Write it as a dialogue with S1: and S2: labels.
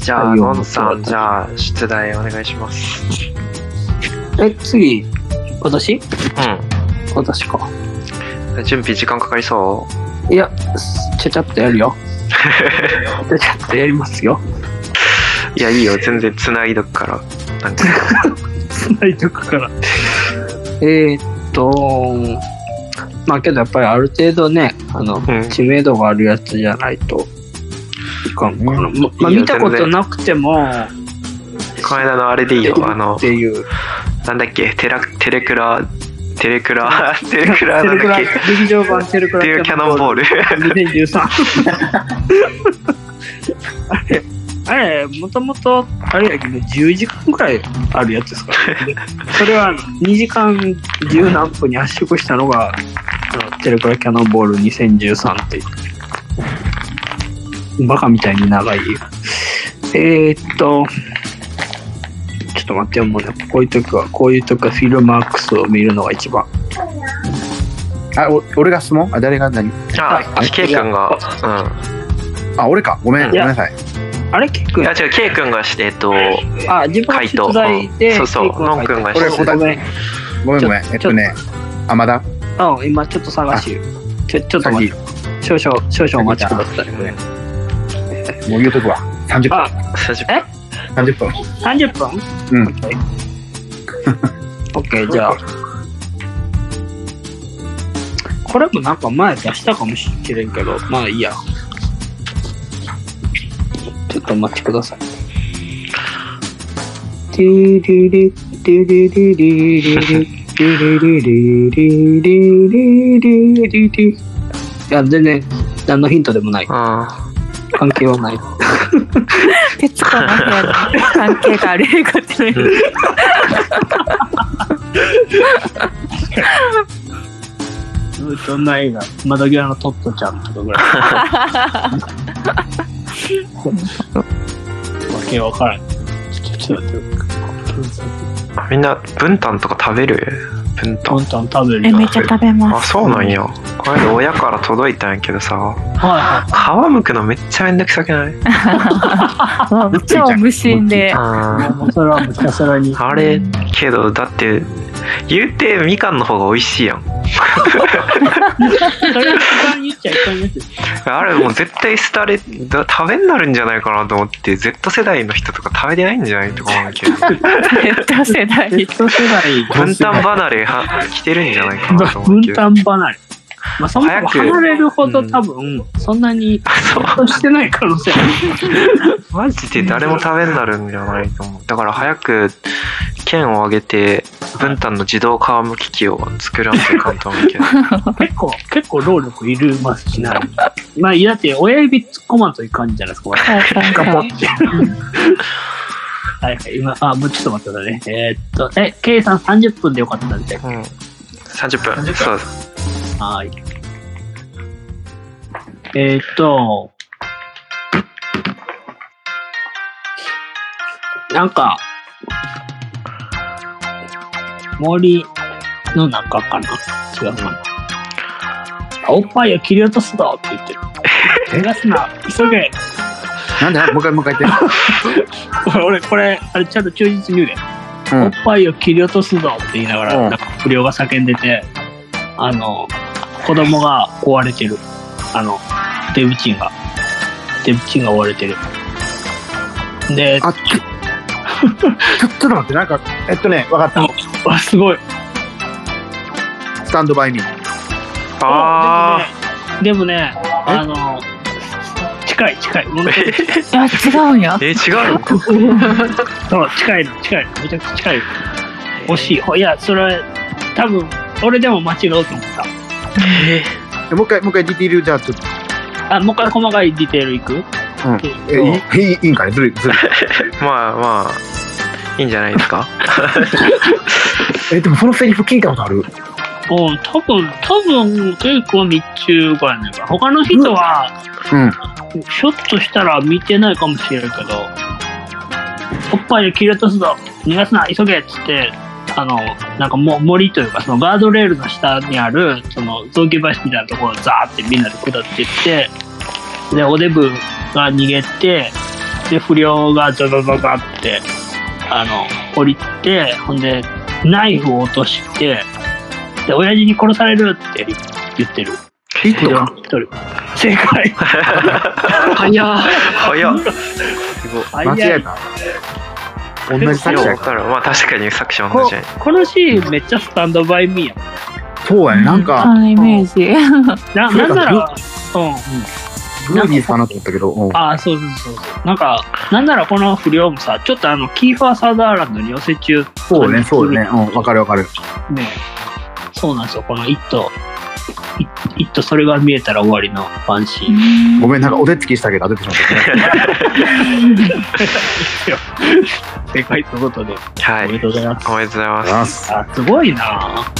S1: じゃあ、のんさん、じゃあ、出題お願いします。
S2: え、次、今年
S1: う
S2: 今年か。
S1: ん。準備時間かかりそ
S2: いや、ちゃちゃっとやる よ。ちゃちゃっとやりますよ。
S1: ういや、いいよ。全然繋いどくから。なんか、
S2: ないとこから。えーっと、まあけどやっぱりある程度ね、あの、
S1: うん。
S2: 知名度があるやつじゃないといかんかな。ままあ
S1: いいよ
S2: 見たことなくても、
S1: この間のあれでいいよ。あの
S2: って、いう。
S1: なんだっけ、テラ、テレクラ、テレク ラ、テレクラなんだっけ、っ
S2: 劇場版テレクラ
S1: ていうキャノンボール。
S2: 2013 あれあれもともとあれやけど10時間ぐらいあるやつですから、ね、それは2時間10何分に圧縮したのがあのテレクラキャノンボール2013っていうバカみたいに長いえー、っとちょっと待ってよもうねこういう時はこういう時はフィルマークスを見るのが一番
S3: あ、お俺が質問あ、誰が何
S1: あ、ケイ君が、
S3: あ、俺か。ごめん、
S2: い
S3: ごめん
S2: や
S3: なさい。
S2: あれ結
S1: うん。
S2: 構
S1: あ、違う、ケイ君がして、えっと、
S2: あ、自分
S1: 回答
S2: の出題
S1: う
S2: で、
S1: んそうそう
S2: ケイ君が書い
S1: ノン君が
S2: た
S3: 出題
S2: これごめん。
S3: ごめん、ごめん。えっとね、あ、まだ
S2: うん、今ちょっと探し、ちょ、ちょっと待って、
S3: 先、
S2: 少々、少々お待ちください。
S3: もう言うとくわ。30分。
S2: あ、
S1: 久しぶ
S3: 30分。
S2: 30分
S3: うん
S2: オッケ ーオッケー、じゃあ。これもなんか前出したかもしれんけど、まあいいや。ちょっとお待ちください。 トゥルルトゥルルルルルトゥルルルルルルルルいや、全然、何のヒントでもない。
S1: あ
S2: 関係は ない。
S4: 徹子の部屋に関係がある映画ってない
S2: どんな映画窓際のトットちゃんとかぐらい。わけわからん。ちょっと待ってよ。
S1: みんな、分担とか食べる分
S2: ト
S1: 担。
S2: ントン食べる
S4: え
S2: よ。
S4: めっちゃ食べま
S1: あ、
S4: す
S1: そうなんや。これ親から届いたんやけどさ、
S2: は
S1: 皮むくのめっちゃめんどくさくない
S4: もう超無 心で
S2: いはい。
S1: あ
S2: もうそれはもうひたすらに。
S1: あれ、けど、だって、言うてみかんの方が美味しいや ん。
S2: それは一番言っちゃいかんやつ。
S1: あれもう絶対廃れ、だ食べになるんじゃないかなと思って、Z 世代の人とか食べてないんじゃないとか思う けど、
S4: Zeta 世代
S2: ベッド世代。
S1: 分担離れは来てるんじゃないかなと思うけど。
S2: 分担離れ。まあ、そもそも
S1: 早く
S2: 離れるほど
S1: うん
S2: 多分、そんなに
S1: そう
S2: してない可能性ある。マジ
S1: で誰も食べになるんじゃないと思う。だから早く県を挙げて、分担の自動皮むき機を作らんといかんと思うけど。
S2: 結構、結構労力いるますしな。まあ、いやだって親指突っ込まんといかんじゃないですか、これ。
S4: はい
S2: 頑張
S4: は
S2: っ
S4: い
S2: て。はいはい、今、あ、もうちょっと待ってくださいね。えーっと、え、ケイさん30分でよかったんで。
S1: うん。30分。そうです。
S2: はーい。えーっと、なんか、森の中かな違うかなあおっぱいを切り落とすぞって言ってる。逃がすな急げ
S3: なんで、もう一回、もう一回言っ
S2: これ俺これあれちゃんと忠実に言うで、
S3: うん
S2: お っぱいを切り落とすぞって言いながら、
S3: うん
S2: なんか不良が叫んでてあの子供が追われてるあのデブチンがデブチンが追われてるで
S3: て。あ、ちょ、ちょちょっと待って、なんか、えっとね、わかっ
S2: あすごい
S3: た。スタンドバイミー。
S1: あ
S2: でもねあの近い近いものすごく
S4: いや違うんや
S1: ー。え、違うの
S2: そう近いの近いのめちゃくちゃ近いの惜しいほいやそれ多分俺でも間違うと思った
S1: え
S3: えもう一回、もう一回ディティール、じゃあ、ちょっと。
S2: あ、もう一回細かいディテールいく
S3: うん
S2: えっと
S3: え、いいいい、いいんかねずるい、ずるい。
S1: ーまあまあ、いいんじゃないですか。
S3: え、でもそのセリフ聞いたことある
S2: うん、多分、多分、結構日中ぐらいなんか。他の人は、
S3: うん。
S2: ひょっとしたら見てないかもしれんけど、おっぱいで切り落とすぞ逃がすな急げっつって、あの、なんかもう森というか、そのガードレールの下にある、その雑木橋みたいなところをザーってみんなで下っていって、で、おデブが逃げて、で、不良がザザザザって、あの、降りて、ほんで、ナイフを落として、で、親父に殺されるって言ってる。
S3: ヒッ
S2: 不
S3: ト
S2: 良
S3: か。
S2: の一人。正 解。
S5: 早っ
S1: 早っ。すごい。
S3: 間違えた。同じ作
S1: よう
S3: 者や
S1: 分
S3: か
S1: からん。まあ確かに作者同
S2: こ
S1: じやね。
S2: このシーンめっちゃスタンドバイミーやん
S3: ら。そうやね。なん
S4: あ
S3: か、
S4: のイメージ。
S2: な
S3: そう
S2: な
S3: だ
S2: んなら、うん。
S3: グーニーズかなと思ったけど、うん
S2: ああ、そうそうそうそう。なんか、なんならこの不良もさ、ちょっとあの、キーファー・サザーランドに寄せ中。
S3: そうね、そうね。うん、わかるわかる。
S2: ねそうなんですよ、この「イット!イ」イットそれが見えたら終わりのワンシーン。
S3: ごめん、なんかお手つきしたけど当ててしまった。
S2: 正解ということで、お
S1: は
S2: めで
S1: い。
S2: とうございます
S1: お。めでとうございます。
S3: ありがとうございます。
S2: あすごいなぁ